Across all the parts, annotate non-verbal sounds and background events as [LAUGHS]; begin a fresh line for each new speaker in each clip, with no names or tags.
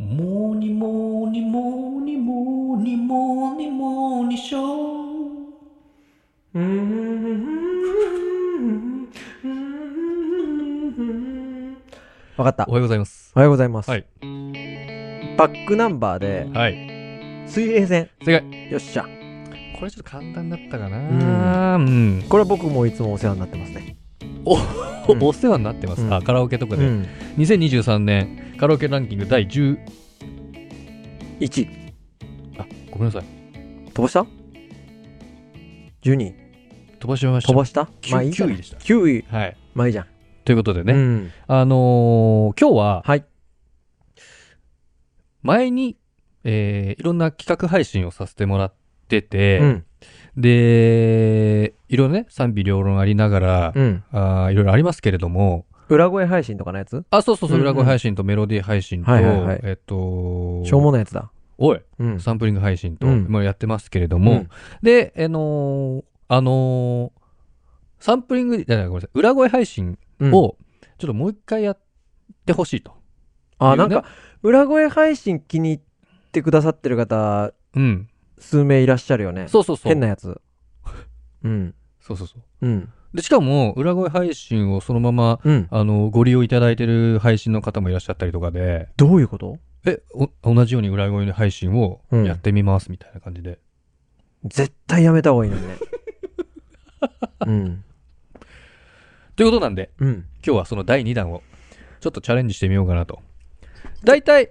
モーニーモーニーモーニーモーニーモーニーモーニーショー
わかった。
お
お
はようございます。
はようございます。
はい
バックナンバーで、
はい。
水平線。
正解。
よっしゃ。
これちょっと簡単だったかな。うん。
これは僕もいつもお世話になってますね。うん
おお世話になってます。
うん
あ、カラオケとか
う
で。
ん。
2023年カラオケランキング第10、
1位。
あ、ごめんなさい。
飛ばした ?12 位。
飛ばしました。
飛ばした
きゅ
まあいいじゃん。
9位でした
9位。
はい。
まあいいじゃん。
ということで
う
ね。
ん。
あのー、今日は
はい。
前に、えーいろんな企画配信をさせてもらって
う
て、
ん。
で、いろいろね、賛否両論ありながら、
うん。
あーいろいろありますけれども、
裏声配信とかのやつ
あ、そうそうそう、
うんうん
裏声配信とメロディー配信と、
はいはいはい
えっと、
しょうもないやつだ。
おい、
うん。
サンプリング配信と、
うん
まあやってますけれども、
うん
で、あのーあのーサンプリング、じゃないごめんなさい、裏声配信
うん
を、ちょっともう一回やってほしいと。
あ、なん
いうね、
か裏声配信気に入ってくださってる方、
うん。
数名いらっしゃるよね。
そうそうそう。
変なやつ。うん。
そうそうそう。
うん。
で、しかも、裏声配信をそのまま、
うん。
あの、ご利用いただいてる配信の方もいらっしゃったりとかで、
どういうこと
え、お同じように裏声の配信を
うん
やってみますみたいな感じで。
絶対やめた方がいいのに
[LAUGHS]
ね。うん。
ということなんで、
うん。
今日はその第2弾をちょっとチャレンジしてみようかなと。大体、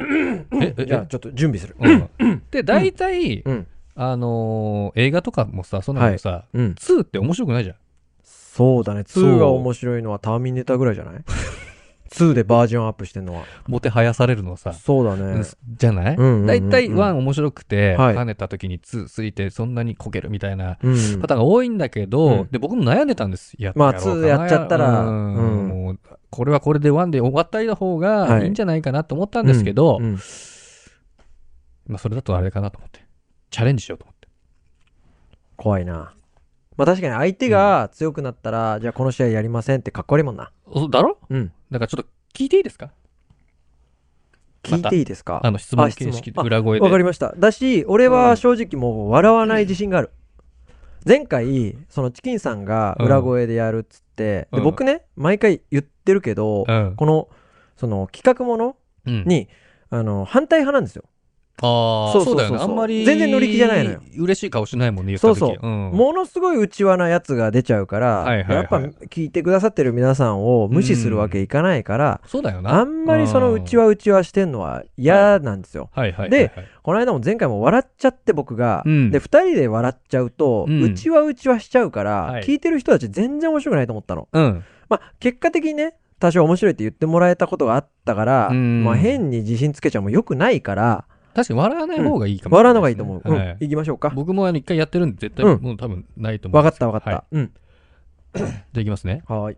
え、え
じゃあ、ちょっと準備する。
うんで、大体、
うん。
あのー映画とかもさ、そんなのもさ、
うん。
2って面白くないじゃん。
そうだね。
そう
2が面白いのはターミネーターぐらいじゃない
[LAUGHS]
?2 でバージョンアップしてんのは。
もてはやされるのはさ、
そうだ
う
ね
ん。じゃない
うんうんうんうん
大体1面白くて、
はい
跳ねた時に2、3ってそんなにこけるみたいな
うん
パ。ターンが多いんだけ
う
ど
ん、
で、僕も悩んでたんです。や
まあ
やろうか
2
な
やっちゃったら
うん
うん
もうこれはこれで1で終わったりの方がいいんじゃないかなと思ったんですけど
う、ん
まあ、それだとあれかなと思って。チャレンジしようと思って。
怖いな。まあ確かに相手が強くなったら、じゃあこの試合やりませんってかっこ悪いもんな。
おだろ
うん。
だからちょっと聞いていいですか
聞いていいですか
あの質問
あ質問
形式で
あ
裏声で。
わかりました。だし、俺は正直もう笑わない自信がある。前回、そのチキンさんが裏声でやるっつって、
うん
で僕ね、毎回言ってるけど、
うん。
この、その企画もの
うん
に、あの、反対派なんですよ。
ああ、
そ
そ
うそうう
だ
そうそ
よ
う
ね。あんまり。
全然乗り気じゃないのよ。
嬉しい顔しないもんね、言った時。
そうそ
ん
ものすごいうちわなやつが出ちゃうから、
はいはいはい
やっぱ聞いてくださってる皆さんを無視するわけいかないから、
そうだよな。
あんまりそのうちわうちわしてんのは嫌なんですよ。
うん。はいはいはいはい。
でこの間も前回も笑っちゃって僕が、
うん
で2人で笑っちゃうと、
う
うんちはうちはしちゃうから、
はい
聞いてる人たち全然面白くないと思ったの
うん。
まあ結果的にね多少面白いって言ってもらえたことがあったから、
うん
まあ、変に自信つけちゃも良くないから
確かに笑わない方がいいかもしれ
笑わ
な
ない
い
方がいい
ですね
と思う、うん
はい
行きましょうか
僕もあの一回やってるんで、絶対
うん
もう多分ないと思う
分
んで
か
すけ
った
ど。
分かった、
はい
うん
じゃあいきますね。
はーい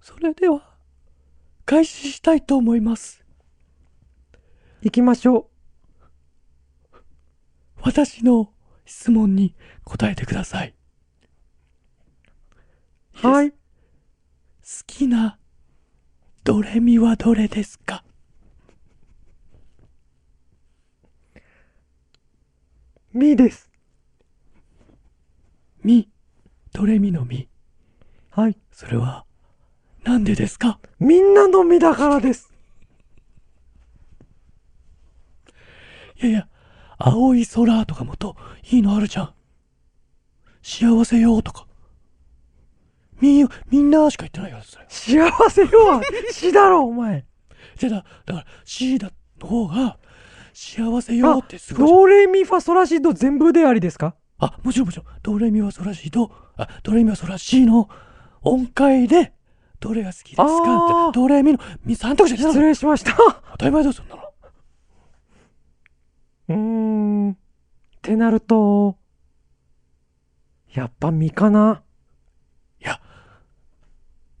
それでは、開始したいと思います。
行きましょ
私の質問に答えてください。
うはい
好きなドレミはどれですか
みです
ミ、ドレミのミ。
はい
それは、なんでですか
みんなのみだからです
いやいや、青い空とかもっといいのあるじゃん。幸せよとか。み、みんなしか言ってないよ、それ。
幸せ
[LAUGHS]
よはしだろお前
じゃだ、だから C だの方が、幸せよってすごいじゃん
ドレミファソラシド全部でありですか
あ、もちろんもちろん、ドレミはソラシド、あ、ドレミはソラシの音階で、どれが好きですか
あー
って、ドレミの、み三択肢です。
失礼しました
当たり前だよ、そんなの。
うーん。ってなると、やっぱ実かな。
いや、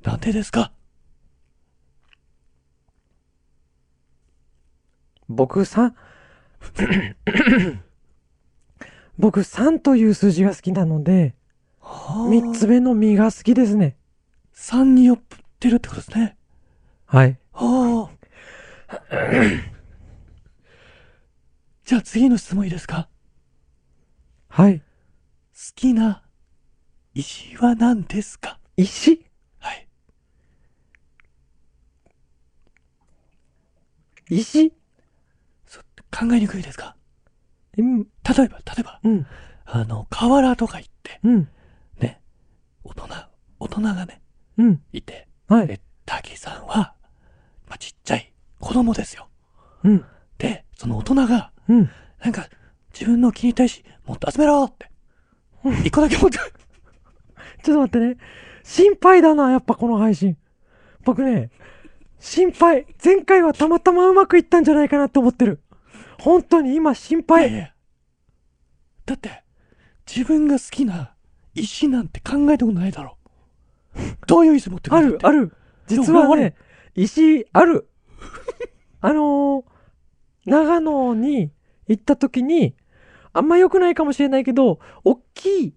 なんでですか
僕さ、 [COUGHS] 僕3という数字が好きなので、3つ。目の実が好きですね。
3に寄ってるってことですね。
はい。
ああ。じゃあ次の質問いいですか
はい。
好きな石は何ですか
石
はい。
石
そ考えにくいですか
うん、
例えば、例えば、
うん、
あの、河原とか行って、
うん、
ね、大人、大人がね、
うん。
いて、
はい。
で、滝さんは、まあ、ちっちゃい子供ですよ。
うん、
で、その大人が、
うん。
なんか、自分の気に対し、もっと集めろって。一個だけ持って、
ちょっと待ってね。心配だな、やっぱこの配信。僕ね、心配。前回はたまたまうまくいったんじゃないかなと思ってる。本当に今心
いやい
配。
やだって、自分が好きな石なんて考えたことないだろ。 [LAUGHS] どういう石持ってく
あ
る
る、あ
る。
る。実は
俺は
ね、石、ある。 [LAUGHS] あのー、長野に行った時に、あんま良くないかもしれないけど、大きい、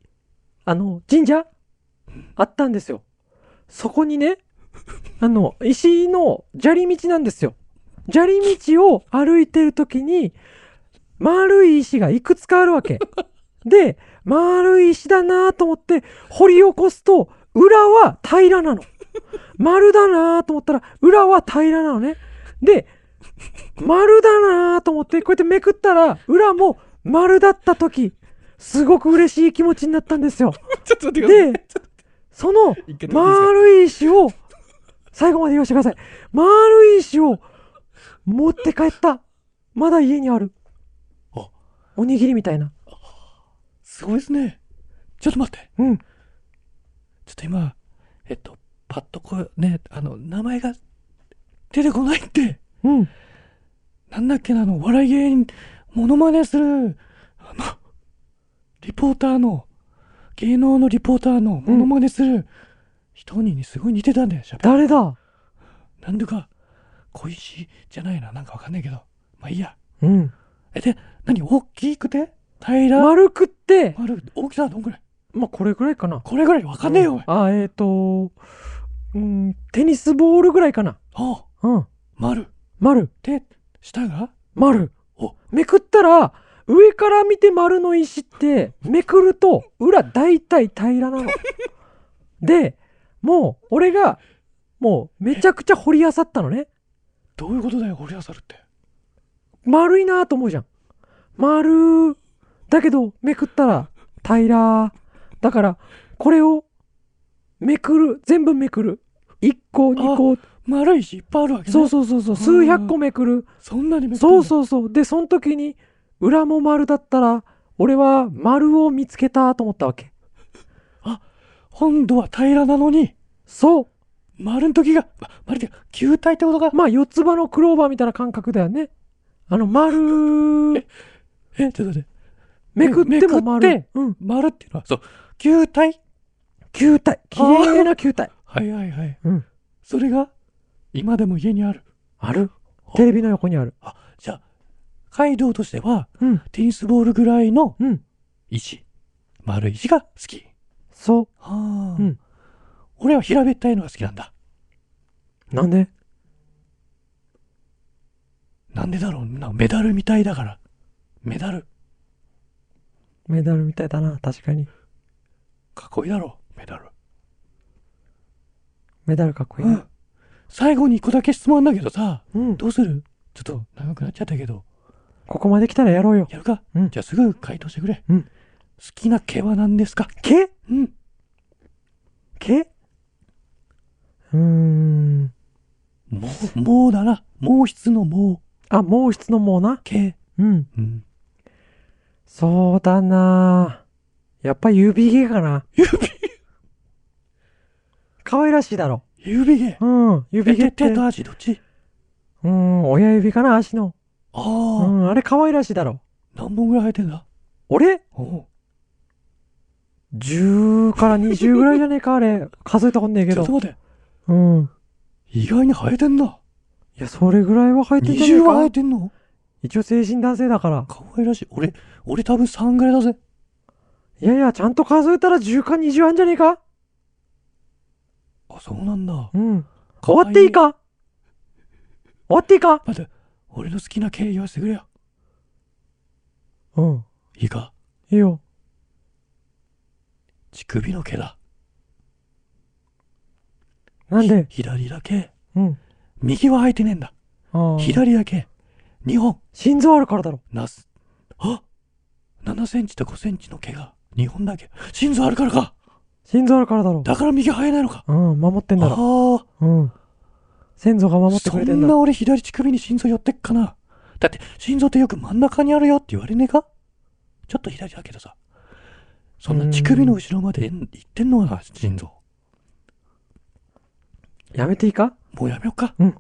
あの、神社あったんですよ。そこにね、あの、石の砂利道なんですよ。砂利道を歩いてる時に、丸い石がいくつかあるわけ。で、丸い石だなと思って掘り起こすと、裏は平らなの。丸だなと思ったら、裏は平らなのね。で、丸だなと思って、こうやってめくったら、裏も丸だった時、すごく嬉しい気持ちになったんですよ。
ちょっと待ってください。
で、そ
一
の
回止めていいですか
丸い石を、最後まで言わせてください。丸い石を持って帰った。まだ家にある
あ。
おにぎりみたいな。
すごいですね。ちょっと待って。
うん。
ちょっと今、えっと、パッとこう、ね、あの、名前が出てこないって、
うん。
なんだっけな、あの、お笑い芸人、モノマネする、あの、リポーターの、芸能のリポーターのモノマネする人にすごい似てたんだよ、喋
誰だ
り。なんでか、小石じゃないな、なんかわかんないけど。まあいいや。
うん。
え、で、何大きくて平ら
丸くって、
丸大きさはどんぐらい
まあ、これぐらいかな。
これぐらいわかんねえよ、おい。あ
あ、えっ、と、うん、テニスボールぐらいかな。
あ、
うん。
丸。
丸。
で、下が
丸
お。
めくったら、上から見て丸の石って、めくると、裏大体平
[LAUGHS]
らなの。で、もう、俺が、もう、めちゃくちゃ掘り漁ったのね。
どういうことだよ、掘り漁るって。
丸いなと思うじゃん。丸、だけど、めくったら、平ら。だから、これを、めくる、全部めくる。1個、2個、
丸い石いっぱいあるわけね。
そうそうそうそう、数百個めくる。
そんなにめくってん
そ
の
うそうそう。で、その時に、裏も丸だったら、俺は丸を見つけたと思ったわけ。
今度は平らなのに、
そ
丸の時が、ま、丸で球体ってことか
う。。まあ、四つ葉のクローバーみたいな感覚だよね。あの、丸、
え、ちょっと待って。
めくっ
め
ても
くっ
丸
て。
うん。
丸っていうのは、そう、球体
球体。綺麗な球体。
はいはいはい。
うん。
それが、今でも家にある。
あるテレビの横にある。
あ、じゃあ、カイドウとしては、
うん。
テニスボールぐらいの
うん。
石。丸い石が好き。
そ
はあ、
うん
俺は平べったいのが好きなんだ。
う。なんで
なんでだろうな、メダルみたいだから。メダル。
メダルみたいだな。確かに。
かっこいいだろう、メダル。
メダルかっこいいうな。
ん。最後に一個だけ質問あんだけどさ、
うん。
どうするちょっと長くなっちゃったけど、
ここまで来たらやろうよ。
やるか、
うん
じゃあすぐ回答してくれ。
うん
好きな毛は何ですか
け
うん。
けうーん。
もう、もうだな。毛質の毛、
あ、毛質の毛な。
毛。
うん。
うん。
そうだなぁやっぱ指毛かな。指可愛らしいだろ。
指毛。
うん。指毛
え
っ
手
て。
手と
う
足どっち
ん、親指かな、足の。
ああ、
うん、あれ可愛らしいだろ。
何本ぐらい生えてんだ
俺
おう
?10 から20ぐらいじゃねえか、あれ。数えたことねえけ
ちょっ
ど
と。待って。
うん。い
意外に生えてんだ。
や、それぐらいは生えてんじゃねえ
20は生え
か。
てんの
一応成人男性だから。
可愛らしい。俺、俺多分3ぐらいだぜ。
いやいや、ちゃんと数えたら10か20あんじゃねえか
あ、そうなんだ。
うん。
可
終
愛
わっていいか終わっていいか
待って、俺の好きな経緯言わせてくれよ。
うん。
いいか
いいよ。
乳首の毛だ。
なんで
ひ左だけ。
うん。
右は空いてねえんだ。
ああ。
左だけ。2本。
心臓あるからだろ。
なす。あ !7 センチと5センチの毛が2本だけ。心臓あるからか。
心臓あるからだろ。
だから右生えないのか。
うん、守ってんだ
あ
ろ。
あ。
うん。先祖が守ってく
そ
れてん
ん
だ。
な俺左乳首に心臓寄ってっかな。だって心臓ってよく真ん中にあるよって言われねえかちょっと左だけどさ。そんな乳首の後ろまで行ってんのかな、心臓。
やめていいか
もうやめよっか。
うん。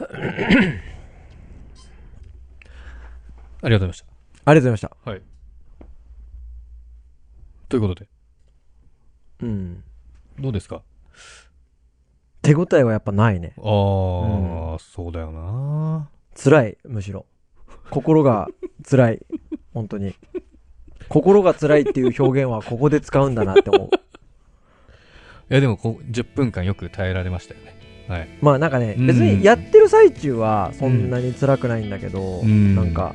ありがとうございまし。
ありがとうございました
はい。ということで、
た。うん。
どうですか
手応えはやっぱないね
あ。あ、そうだよな。
辛い、むしろ。心が辛い。本当に。心が辛いっていう表現はここで使うんだなって思 [LAUGHS] う。
いや、でもこう、10分間よく耐えられましたよね。はい。
まあなんかね、
うん
別にやってる最中はそんなに辛くないんだけど、
うん
なんか、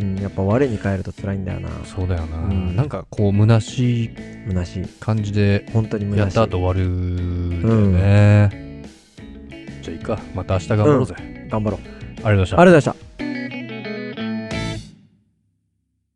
うん、やっぱ我に返ると辛いんだよな。
そうだよな。
うん
なんか、こう、虚しい
虚しい。
感じで、
本当に虚しい。
やった後終わるんだよね。じゃあ、いいか。また明日頑張ろうぜ。あり
頑張ろう。あり
がとうございました
がとうございました。